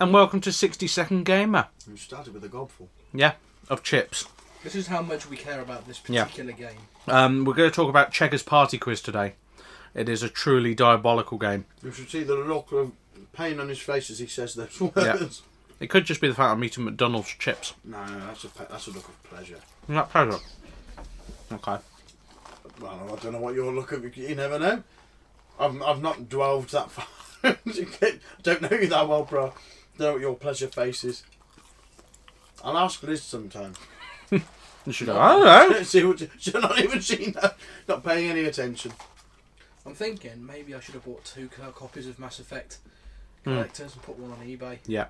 and welcome to 60 Second Gamer. We started with a gobful. Yeah, of chips. This is how much we care about this Yeah. particular game. Um, we're going to talk about Checkers Party Quiz today. It is a truly diabolical game. You should see the look of pain on his face as he says those words. It could just be the fact I'm eating McDonald's chips. No, no, that's a, pe- that's a look of pleasure. Isn't that pleasure? Okay. Well, I don't know what your look of. You never know. I've, I've not dwelled that far. I don't know you that well, bro. Don't know what your pleasure face is. I'll ask Liz sometime. You should go, I don't know. See what she's not even seen that. Not paying any attention. I'm thinking maybe I should have bought two co- copies of Mass Effect Hmm. collectors and put one on eBay. Yeah,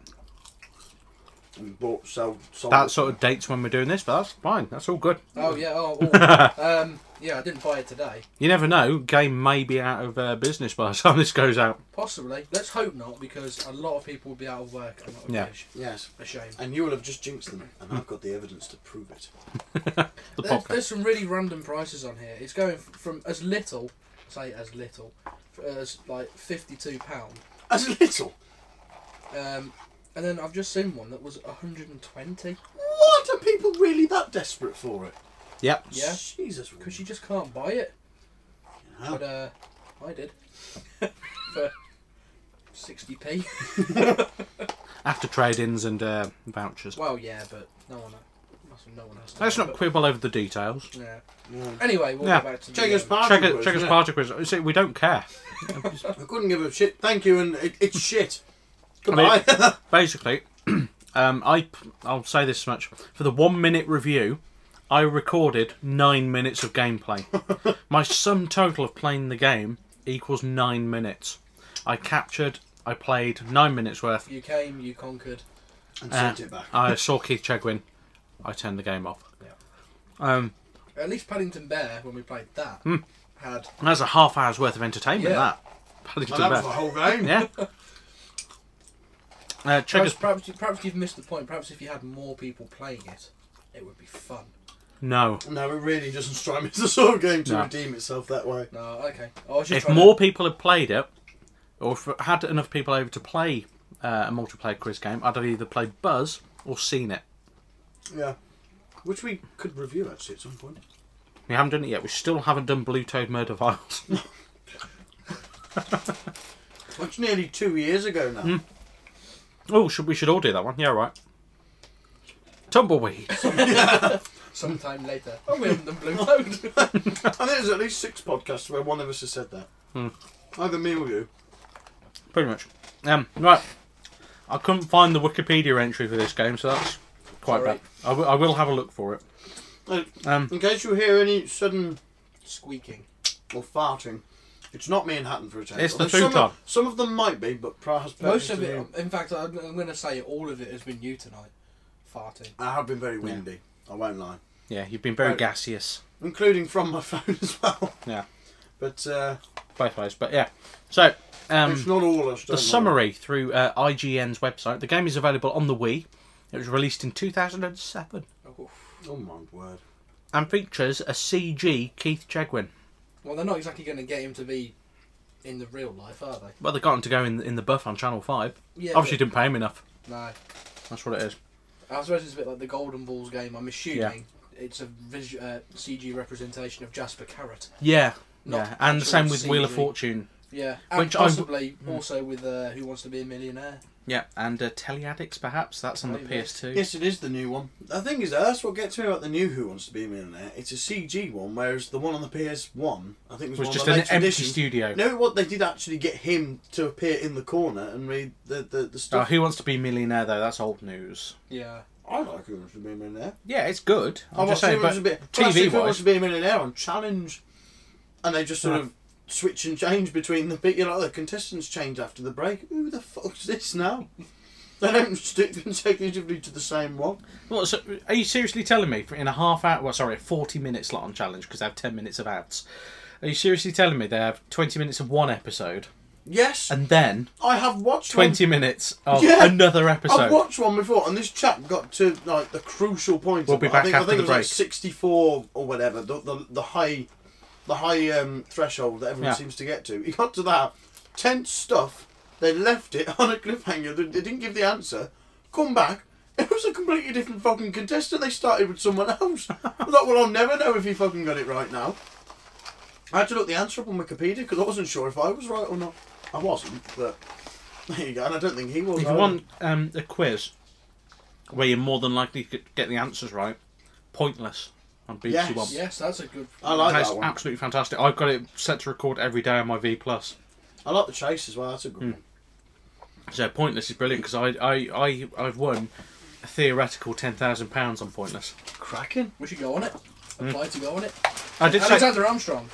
And bought sold sold. that sort of dates when we're doing this, but that's fine. That's all good. Oh yeah, oh, oh. um, yeah. I didn't buy it today. You never know. Game may be out of uh, business by the time this goes out. Possibly. Let's hope not, because a lot of people will be out of work. And that would Yeah. be a, sh- Yes. a shame. And you will have just jinxed them, and I've got the evidence to prove it. The There's, podcast. there's some really random prices on here. It's going f- from as little, say as little, f- as like fifty-two pound. As a little. Um, and then I've just seen one that was hundred and twenty What are people really that desperate for it? Yep. Yeah. Jesus. woman. because you just can't buy it. Yeah. But uh, I did for sixty p. After trade-ins and uh, vouchers. Well, yeah, but no one, no one has to. Let's know, not but- quibble over the details. Yeah. Yeah. Anyway, we'll Yeah. go back to the, Checkers um, party. Check, it, quiz, check us yeah. party quiz. See, we don't care. I couldn't give a shit. Thank you, and it, it's shit. mean- uh, Goodbye. Basically, um, I I'll say this much for the one minute review. I recorded nine minutes of gameplay. My sum total of playing the game equals nine minutes. I captured, I played nine minutes worth. You came, you conquered. and Uh, sent it back. I saw Keith Chegwin. I turned the game off. Yeah. Um, At least Paddington Bear, when we played that, Hmm. had that's a half hour's worth of entertainment. Yeah. That. well, Paddington that was the Bear. whole game. Yeah. Uh, Perhaps, Checkers. perhaps, you- perhaps you've missed the point. Perhaps if you had more people playing it, it would be fun. No. No, it really doesn't strike me as the sort of game to No. redeem itself that way. No, okay. I was just if trying more to, people had played it, or if it had enough people over to play uh, a multiplayer quiz game, I'd have either played Buzz or seen it. Yeah. Which we could review actually at some point. We haven't done it yet. We still haven't done Blue Toad Murder Files. It's nearly two years ago now. Hmm. oh, should we should all do that one? Yeah, right. Tumbleweed. sometime later. Oh, we haven't done Blue Toad. I think there's at least six podcasts where one of us has said that. Hmm. Either me or you. Pretty much. Um, right. I couldn't find the Wikipedia entry for this game, so that's quite Sorry. bad. I wi- I will have a look for it. Uh, Um, In case you hear any sudden Squeaking. or farting, it's not me and Hatton for a change. It's the Although some, futon. of, some of them might be, but Pra has Most of purposely- it, in fact, I'm, I'm going to say all of it has been you tonight. Farting. I have been very windy. I won't lie, Yeah, you've been very Right. gaseous. including from my phone as well. Yeah, But uh, both ways. But yeah. So. Um, it's not all us. the don't worry. summary through uh, IGN's website. The game is available on the Wii. It was released in 2007 Oh, Oh my word! and features a CG Keith Chegwin. Well, they're not exactly going to get him to be in the real life, are they? Well, they got him to go in, in the buff on Channel 5. Yeah, Obviously, but- didn't pay him enough. No. That's what it is. I suppose it's a bit like the Golden Balls game. I'm assuming it's a visu- uh, CG representation of Jasper Carrot. Yeah. Not yeah. And the actual same with Wheel of CG. Fortune. Yeah, and Which I w- possibly also with uh, Who Wants to Be a Millionaire. Yeah. And uh, Teleaddicts, perhaps. That's on the Maybe. PS2. Yes, it is the new one. The thing is, that's what gets me about the new Who Wants to Be a Millionaire. It's a CG one, whereas the one on the PS One, I think, was, It was one just of the an later empty editions. studio. No, what they did actually get him to appear in the corner and read the the, the Uh, stuff. who wants to be a millionaire, though? That's old news. Yeah. I like Who Wants to Be a Millionaire. Yeah, it's good. I I'm just watched Who saying, but Wants to Be. Plus, TV if Who Wants wise. to Be a Millionaire on Challenge, and they just sort Yeah. of switch and change between the bit. You know, the contestants change after the break. Who the fuck's this now? They don't stick consecutively to the same one. Well, so are you seriously telling me in a half hour? Well, sorry, a forty-minute slot on challenge because they have ten minutes of ads. Are you seriously telling me they have twenty minutes of one episode Yes, and then I have watched one twenty minutes of Yeah. another I've episode? watched one before, and this chap got to like the crucial point. We'll of- be I back think, after I think the it was like break. sixty-four or whatever. The the, the high, the high um, threshold that everyone Yeah. seems to get to. He got to that tense stuff, They left it on a cliffhanger. They they didn't give the answer. Come back. It was a completely different fucking contestant. They started with someone else. I thought, well, I'll never know if he fucking got it right now. I had to look the answer up on Wikipedia because I wasn't sure if I was right or not. I wasn't, but there you go. And I don't think he was. If you either. want um, a quiz where you're more than likely to get the answers right, pointless on BBC Yes. One. Yes, that's a good. I like That's that one. absolutely fantastic. I've got it set to record every day on my V Plus. I like the chase as well. That's a Hmm. good one. So pointless is brilliant because I, I, I, I've won a theoretical ten thousand pounds on pointless. Cracking. We should go on it. Apply to go on it. I did say Alexander Armstrong.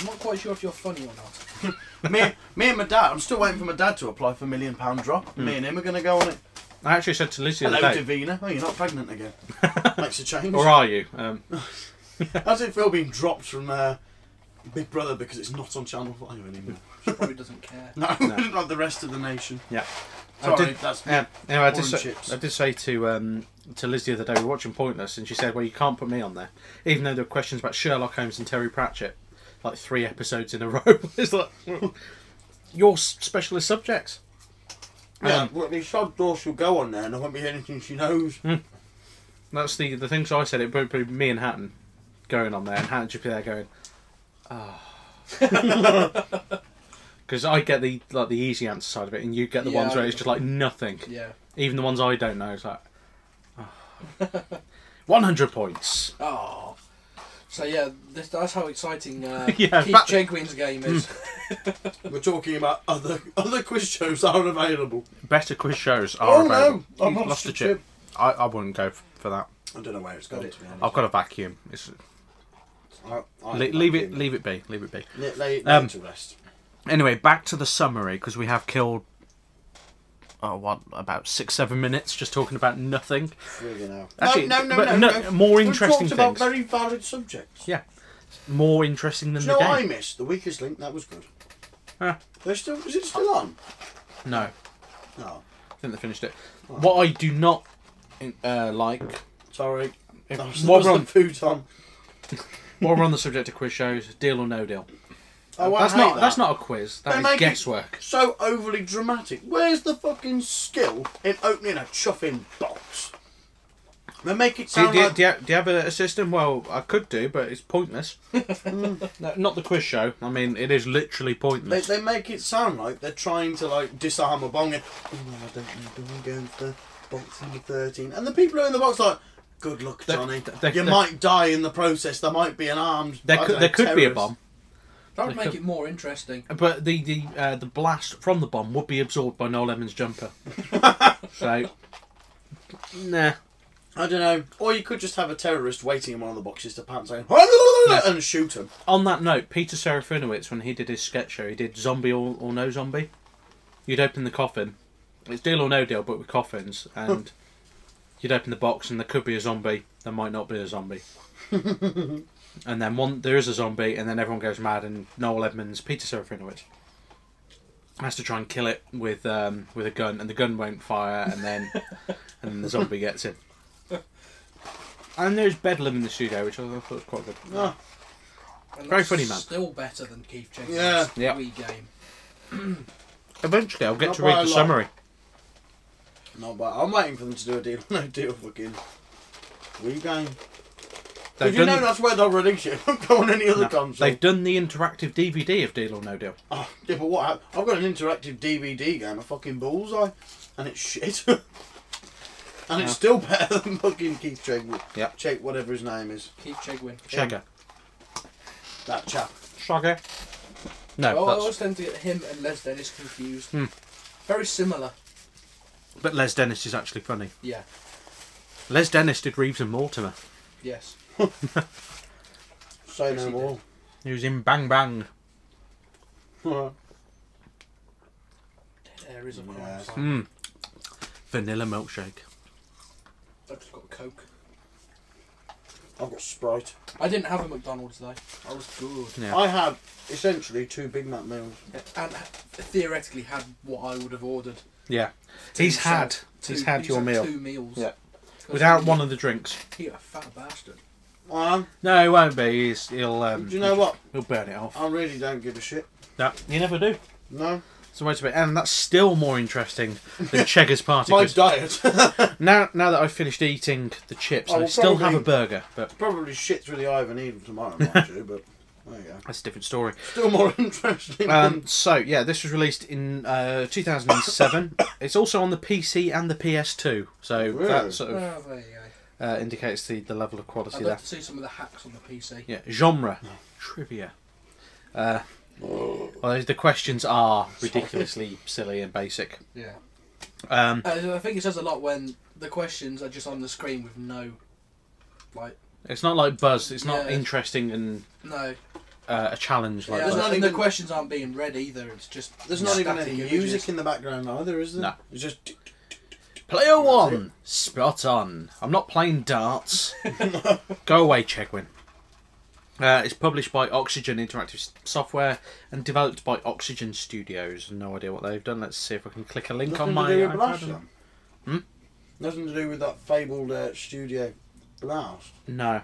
I'm not quite sure if you're funny or not. me, me and my dad. I'm still waiting for my dad to apply for million pound drop. Me and him are gonna go on it. I actually said to Lizzie Hmm. the Hello, other day, Davina. Oh, you're not pregnant again. Makes a change. or are you? Um, How does it feel being dropped from uh, Big Brother because it's not on Channel 5 anymore? She probably doesn't care. No, not the rest of the nation. yeah. Sorry, I did, that's me. yeah, anyway, I did, Orange say, chips. I did say to um, to Liz the other day we were watching Pointless, and she said, "Well, you can't put me on there, even though there were questions about Sherlock Holmes and Terry Pratchett, like three episodes in a row." it's like well, your s- specialist subjects. Yeah, um, well, the sod door she'll go on there and there won't be anything she knows. Hmm. That's the the things I said. It would be me and Hatton going on there, and Hatton should be there going, ah, because I get the like the easy answer side of it, and you get the Yeah, ones where I- it's just like nothing. Yeah. Even the ones I don't know, it's like. One hundred points. Oh. So yeah, this, that's how exciting uh, Yeah, Hmm. Keith but- Jenkins's game is. We're talking about other other quiz shows that are available. Better quiz shows are Oh, no, available. I've You've lost lost the a chip. I, I wouldn't go f- for that. I don't know where it's going, to be honest. I've got a vacuum. It's, I, le- I leave it. Leave it be. Leave it be. Lay, lay, Um, to rest. Anyway, back to the summary because we have killed. Oh, what about six, seven minutes just talking about nothing? Friggin' hell. Actually, no, no, no, but no, no, no. more We've interesting talked about things. very valid subjects. Yeah, more interesting than Do you the know game. what I missed? The weakest link. That was good. Huh. They're still. Is it still on? No, I No. think they finished it. What I do not in- uh, like Sorry. That What was, that was wrong? the food on. while we're on the subject of quiz shows, deal or no deal. Oh, I that's hate not that. that's not a quiz. They That make is it- guesswork. so overly dramatic. Where's the fucking skill in opening a chuffing box? They make it Do you, sound do, you, like do, you, do you have a system? Well, I could do, but it's pointless. no, not the quiz show. I mean, it is literally they, pointless. they make it sound like they're trying to like disarm a bong. And, oh, I don't need to go against the box number thirteen. And the people who are in the box are like, good luck, They- Johnny. they- you they- might die in the process. There might be an armed. there I could, don't there know, could be a terrorist. bomb, That would make could- it more interesting. but the the uh, the blast from the bomb would be absorbed by Noel Emmons' jumper. so, nah. I don't know. Or you could just have a terrorist waiting in one of the boxes to pant saying and shoot him. On that note, Peter Serafinowicz, when he did his sketch show, he did Zombie or, or No Zombie. You'd open the coffin. It's Deal or No Deal, but with coffins. And you'd open the box, and there could be a zombie. There might not be a zombie. and then one, there is a zombie, and then everyone goes mad. And Noel Edmonds, Peter Serafinowicz, has to try and kill it with um, with a gun, and the gun won't fire, and then and then the zombie gets him. And there's bedlam in the studio, which I thought was quite good. Ah, And Very that's funny, man. Still better than Keith Jenkins's Yeah. Yeah. Wii game. Eventually, I'll get Not to by read a the lot. summary. no, but I'm waiting for them to do a deal. No deal, fucking. We game. They've Did you done, know that's where they'll release it? Don't go on any other no, console. they've done the interactive DVD of Deal or No Deal. Oh, yeah, but what? hap- I've got an interactive DVD game, a fucking bullseye, and it's shit. and Yeah. it's still better than fucking Keith Chegwin. Yeah. Cheg, whatever his name is. Keith Chegwin. Shagger. That chap. Shagger. No, Oh, I that's, Hmm. always tend to get him and Les Dennis confused. Very similar. but Les Dennis is actually funny. Yeah. Les Dennis did Reeves and Mortimer. Yes. Say no Yes, he more. He was in Bang Bang. Alright. There is a crime. Yeah. fight. Mm. Vanilla milkshake. I've just got Coke. I've got Sprite. I didn't have a McDonald's though. I was good. Yeah. I had essentially two Big Mac meals. And theoretically had what I would have ordered. Yeah, to he's himself. had Two- he's had he's your meal Two meals. Yeah. 'Cause without he- one of the drinks. He a fat bastard. Um, No, it won't be. He's, he'll um, do you know what? he'll burn it off. I really don't give a shit. No, you never do. No. So wait a bit, and that's still more interesting than Cheggers Party. My 'cause diet. now, now that I've finished eating the chips, I I will still have probably- a burger, but Probably shit through the eye of an needle tomorrow, mind you, but there you go. that's a different story. Still more interesting. Um, so yeah, this was released in uh, 2007. it's also on the PC and the PS2, so Really? that sort of Oh, there you go. uh, indicates the, the level of I'd quality there. love to see some of the hacks on the PC. Yeah, genre trivia. Uh, well, the questions are ridiculously silly and basic. Yeah. Um, Uh, I think it says a lot when the questions are just on the screen with no, like, it's not like Buzz. It's not Yeah. interesting and no. uh, a challenge like yeah, there's Buzz. and not the even- questions aren't being read either. It's just There's not even static any images. music in the background either, is there? No. It's just. Player one, spot on. I'm not playing darts. Go away, Chegwin. Uh, it's published by Oxygen Interactive S- Software and developed by Oxygen Studios. No idea what they've done. Let's see if I can click a link Nothing on my. to do with iPad. Blast, then. Hmm? Nothing to do with that fabled uh, studio Blast. No.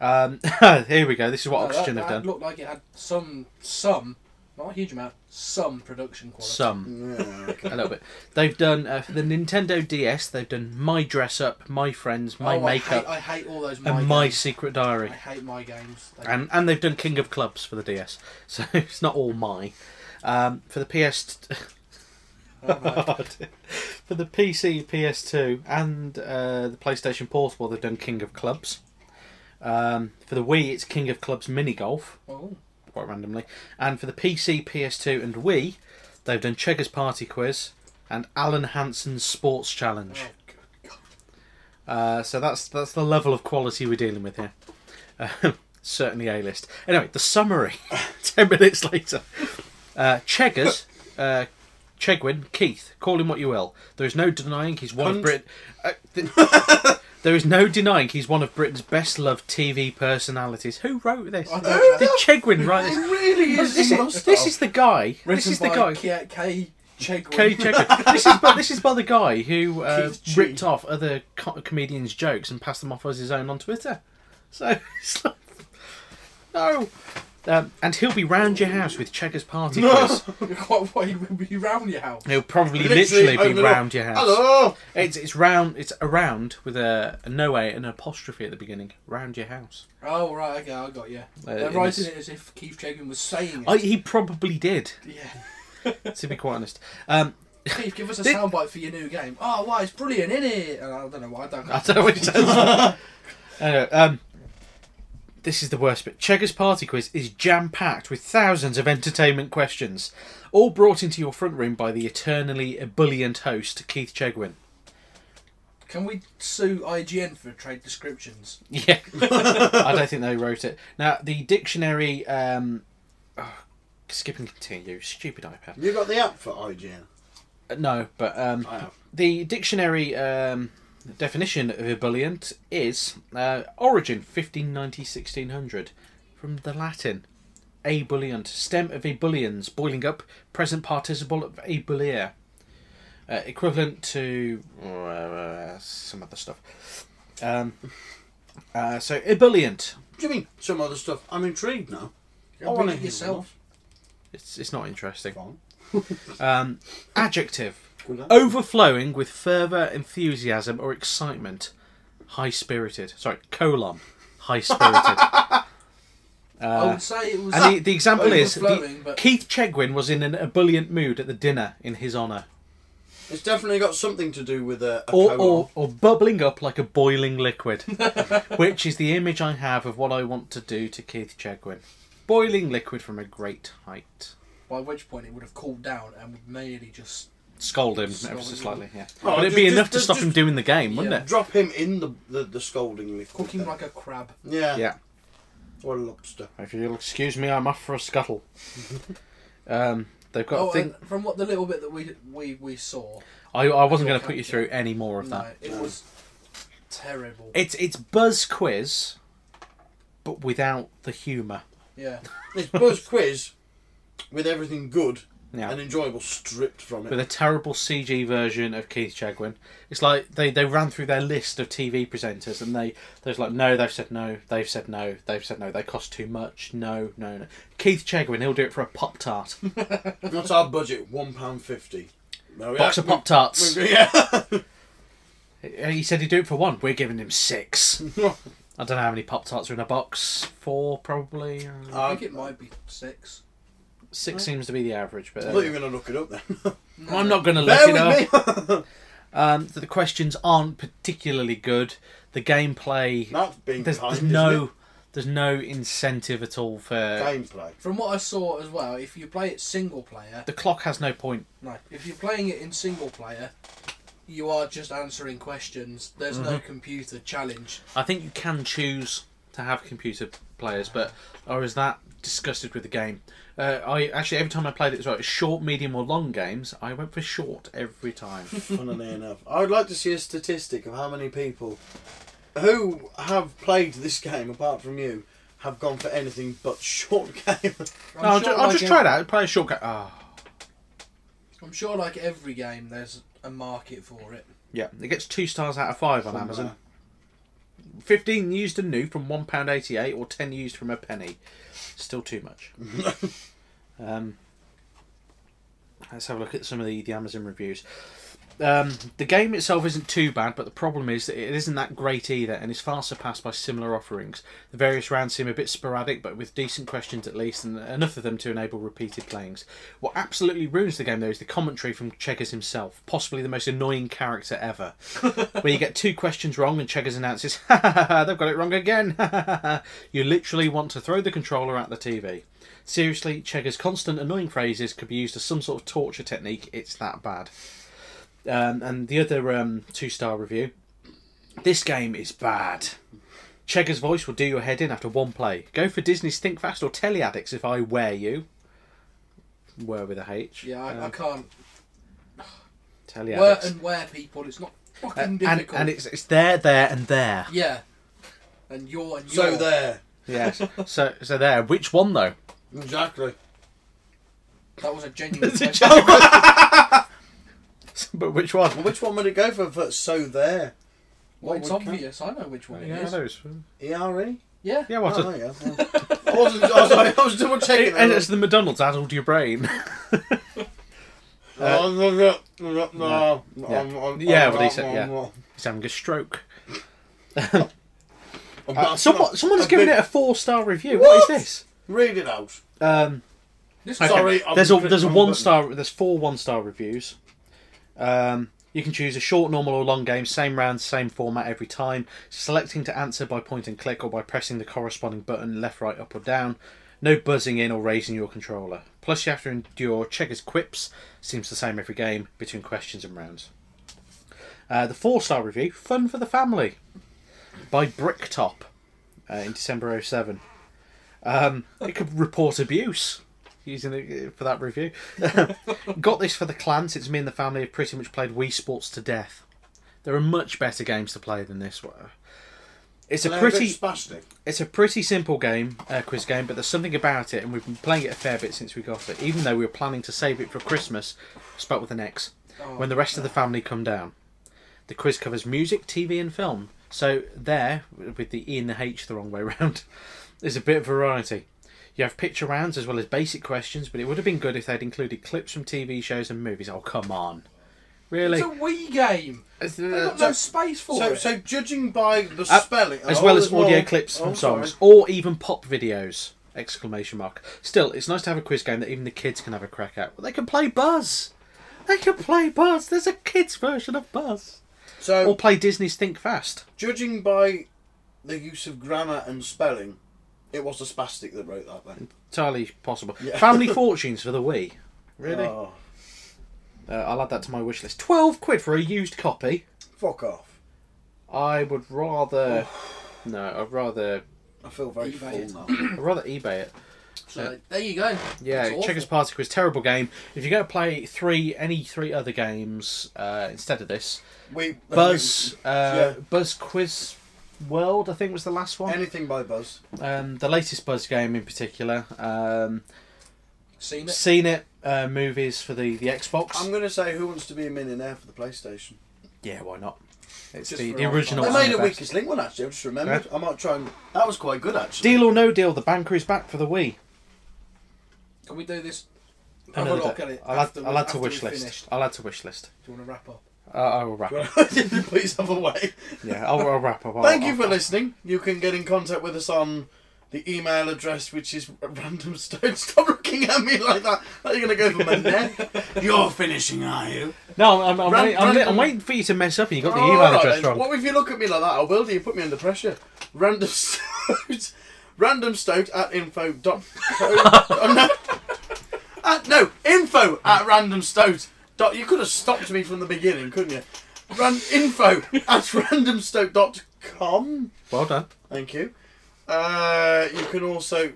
Um, here we go. This is what No, that- Oxygen that, have done. Looked like it had some, some, not a huge amount, some production quality. Some. Yeah, okay. a little bit. They've done uh, for the Nintendo DS. They've done My Dress Up, My Friends, My oh, Makeup, I hate, I hate all those. and games. My Secret Diary. I hate my games. They- And and they've done King of Clubs for the DS. So it's not all my. Um, for the PS, oh, right. for the PC, PS2, and uh, the PlayStation Portable, they've done King of Clubs. Um, for the Wii, it's King of Clubs Mini Golf, Oh, quite randomly. And for the PC, PS2, and Wii, they've done Cheggers Party Quiz and Alan Hansen's Sports Challenge. oh, God. Uh, so that's that's the level of quality we're dealing with here. Uh, certainly A list. Anyway, the summary. Ten minutes later, uh, Cheggers, uh, Chegwin, Keith, call him what you will. There is no denying he's one of Cunt. Brit. Uh, th- there is no denying he's one of Britain's best-loved TV personalities. Who wrote this? I don't Did know. Chegwin write this? It really is. This is, must this have. is the guy. this Written is the by guy. K. K Chegwin. Cody Checker. this is by, this is by the guy who uh, Keith G. ripped off other co- comedians' jokes and passed them off as his own on Twitter. So it's like, no. Um, and he'll be round your house with Checkers party quiz. Quite wide will be round your house. He'll probably Literally literally, open be it up. round your house. Hello! It's it's round. It's around with a, a no way and an apostrophe at the beginning. Round your house. Oh right, okay, I got you. They're it writing is- it as if Keith Chegwin was saying it. Uh, I, he probably did, yeah. to be quite honest. Um, Keith, give us a Did- soundbite for your new game. Oh, wow, it's brilliant, isn't it? And I don't know why I don't. I don't know what he says. anyway, um, this is the worst bit. Checkers Party Quiz is jam packed with thousands of entertainment questions, all brought into your front room by the eternally ebullient host, Keith Chegwin. Can we sue IGN for trade descriptions? Yeah. I don't think they wrote it. Now, the dictionary. Um, oh, skip and continue. Stupid iPad. You got the app for IGN? Uh, No, but. Um, I have. The dictionary um, definition of ebullient is uh, origin 1590 1600 from the Latin. Ebullient, stem of ebulliens, boiling up, present participle of ebulliere, uh, equivalent to uh, some other stuff. Um, uh, so ebullient, What do you mean some other stuff? I'm intrigued now. Go wanna read it hear yourself. it's it's not interesting. more. Um, adjective, Fine. Oh. Good luck. overflowing with fervour, enthusiasm, or excitement. High spirited. Sorry, colon. High spirited. I would say it was. Uh, and the, the example is Overflowing, the- but- Keith Chegwin was in an ebullient mood at the dinner in his honour. It's definitely got something to do with uh, a, a Or, colon. or, or bubbling up like a boiling liquid, which is the image I have of what I want to do to Keith Chegwin. Boiling liquid from a great height. by which point it would have cooled down and would merely just. Scold him ever Scold so him. slightly, yeah. Oh, but it'd just- be just- enough to just- stop him just- doing the game, wouldn't yeah. it? Drop him in the, the, the scolding liquid. Cook him then. like a crab. Yeah. Yeah. Or a lobster. If you'll excuse me, I'm off for a scuttle. um, they've got Oh, a thing. and from what the little bit that we we, we saw, I, I wasn't going to Okay. put you through any more of no, that. it was terrible. It's it's Buzz Quiz, but without the humour. yeah, It's Buzz Quiz with everything good Yeah. and enjoyable stripped from with it. a terrible CG version of Keith Chegwin. It's like they, they ran through their list of TV presenters and they there's like no they've said no they've said no they've said no they cost too much no no no Keith Chegwin he'll do it for a pop tart That's our budget, one pound fifty. No, box yeah, of pop tarts. we- Yeah, Uh, Uh, He said he'd do it for one. We're giving him six. I don't know how many pop tarts are in a box. Four probably. Uh, I Um, think it might be six. Six seems to be the average, but I uh, thought you were going to Uh, look it up then. I'm not going to look Bear it up. with me. Um, the questions aren't particularly good. The gameplay That's being there's, kind. there's isn't no there's no incentive at all for it? gameplay. From what I saw as well, if you play it single player, the clock has no point. no, if you're playing it in single player, you are just answering questions. There's no Mm-hmm. computer challenge. I think you can choose to have computer players, but I was that disgusted with the game. Uh, I actually every time I played it as well, it was short, medium, or long games. I went for short every time. Funnily enough, I would like to see a statistic of how many people who have played this game, apart from you, have gone for anything but short game. No, I'm I'll, sure ju- I'll like just ev- try that. Play a short game. Ah, I'm sure, like every game, there's a market for it. yeah, it gets two stars out of five on uh, Amazon. Somewhere. Fifteen used and new from one pound eighty eight, or ten used from a penny. Still too much. um, let's have a look at some of the, the Amazon reviews. Um, the game itself isn't too bad, but the problem is that it isn't that great either, and is far surpassed by similar offerings. The various rounds seem a bit sporadic, but with decent questions at least, and enough of them to enable repeated playings. What absolutely ruins the game, though, is the commentary from Cheggers himself, possibly the most annoying character ever. where you get two questions wrong, and Cheggers announces, "Ha ha ha, ha, they've got it wrong again! Ha, ha, ha, ha." you literally want to throw the controller at the TV. Seriously, Cheggers' constant annoying phrases could be used as some sort of torture technique. It's that bad um, and the other um, two star review. This game is bad. Cheggers voice will do your head in after one play. Go for Disney's Think Fast or Teleaddicts if I wear you. Were with a H. Yeah, I, I Um, can't. Where Teleaddicts. and where people, it's not Uh, fucking and, and, difficult. it's it's there, there, and there. yeah, and you're and you're So there, Yes. so so there. Which one though? exactly. That was a genuine It's a question. but which one? Well, which one would it go for? for so there, Well, it's What would count? obvious. I know which one Yeah, it is. those. ERE. Yeah. Yeah, what? E a- Oh, there you go. I wasn't. I was, sorry, I was double checking. and it's the McDonald's addled your brain. Oh, no, no, no, no, Uh, Yeah. I'm- I'm- Yeah, I'm what he not- said, I'm yeah. not- He's having a stroke. I'm Uh, not- someone, someone has given big- it a four star review. What? what is this? Read it out. Um, This okay. was Sorry, I'm there's a clicked there's a wrong one button. star. There's four one star reviews. Um, you can choose a short, normal, or long game. Same round, same format every time. Selecting to answer by point and click or by pressing the corresponding button left, right, up, or down. No buzzing in or raising your controller. Plus, you have to endure checkers quips. Seems the same every game between questions and rounds. Uh, the four star review, Fun for the Family, by Bricktop uh, in December 07. Um, it could report abuse using it uh, for that review. Got this for the clan since me and the family have pretty much played Wii Sports to death. There are much better games to play than this. It's a They're pretty bit spastic. it's a pretty simple game, uh, quiz game, but there's something about it, and we've been playing it a fair bit since we got it. Even though we were planning to save it for Christmas, spelt with an X, Oh. when the rest of the family come down. The quiz covers music, TV, and film. So there, with the E and the H the wrong way round, there's a bit of variety. You have picture rounds as well as basic questions, but it would have been good if they'd included clips from TV shows and movies. Oh come on, really? It's a Wii game. It's, They've uh, got no space for So, it. so judging by the Uh, spelling, as oh, well as there's audio more. clips from Oh, songs sorry. or even pop videos exclamation mark still it's nice to have a quiz game that even the kids can have a crack at well, they can play buzz they can play buzz there's a kids version of buzz So, or play disney's think fast judging by the use of grammar and spelling, it was the spastic that wrote that then. entirely possible Yeah. family fortunes for the wii really Oh, uh, i'll add that to my wish list 12 quid for a used copy fuck off. i would rather no i'd rather I feel very You full made now. i'd rather ebay it So, there you go. Yeah, It's Checkers awful. Party Quiz, terrible game. If you go play three, any three other games uh, instead of this, We Buzz, Yeah. uh, Buzz Quiz World, I think was the last one. Anything by Buzz. Um, the latest Buzz game in particular. Um, Seen it? Seen it. Uh, movies for the the Xbox. I'm going to say Who Wants to Be a Millionaire for the PlayStation. Yeah, why not? It's Just the, for the all original. They time. and made the a best. Weakest Link one actually. I just remembered. I might try and that was quite good actually. Deal or No Deal. The Banker is back for the Wii. Can we do this? Have a Another look day. at it. I'll add, after we- I'll add to after wish we've list. finished. I'll add to wish list. Do you want to wrap up? Uh, I will wrap. up. Did you put yourself away? Yeah, I'll, I'll wrap up. I'll- Thank you I'll- for listening. You can get in contact with us on the email address, which is random stone. Stop looking at me like that. Are you going to go for my neck? You're finishing, are you? No, I'm, I'm, Ran- wait- I'm, random- I'm waiting for you to mess up, and you got the Oh, email alright address then. wrong. What if you look at me like that? I will do. You put me under pressure. Random stoat. Random stoat at info dot. co- oh, no. At, no, info at random stoat dot. You could have stopped me from the beginning, couldn't you? Ran, info at randomstoat dot com. Well done. Thank you. Uh, you can also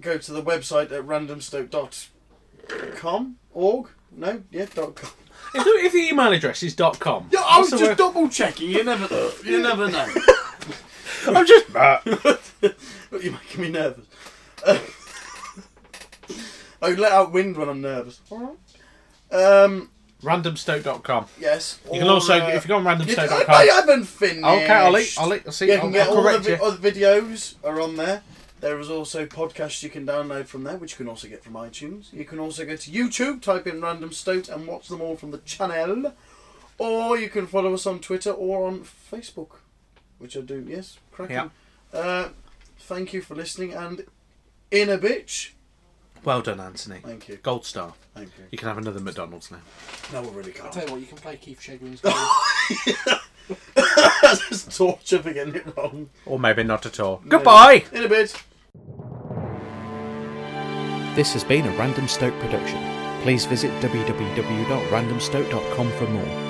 go to the website at randomstoke.com. Org? No, yeah, dot com. If the, if the email address is dot .com, Yeah, I what's was the just word- double checking. You never, you never know. I'm just. Look, You're making me nervous. I let out wind when I'm nervous. Um, randomstoke.com. yes. You can or, also, uh, if you go on you- randomstoke.com, I haven't finished. okay, I'll eat. I'll eat. I'll see. you I'll, can get I'll all the correct vi- you. other videos are on there. There is also podcasts you can download from there, which you can also get from iTunes. You can also go to YouTube, type in Random Stoat, and watch them all from the channel. Or you can follow us on Twitter or on Facebook, which I do. Yes, cracking. Yeah. Uh, thank you for listening, and in a bitch. Well done, Anthony. Thank you. Gold star. Thank you. You can have another McDonald's now. No, I really I'll can't. tell you what, you can play Keith Chegwin's game. That's just torture for getting it wrong. Or maybe not at all. Goodbye! In a bitch. This has been a Random Stoke production. Please visit www.randomstoke.com for more.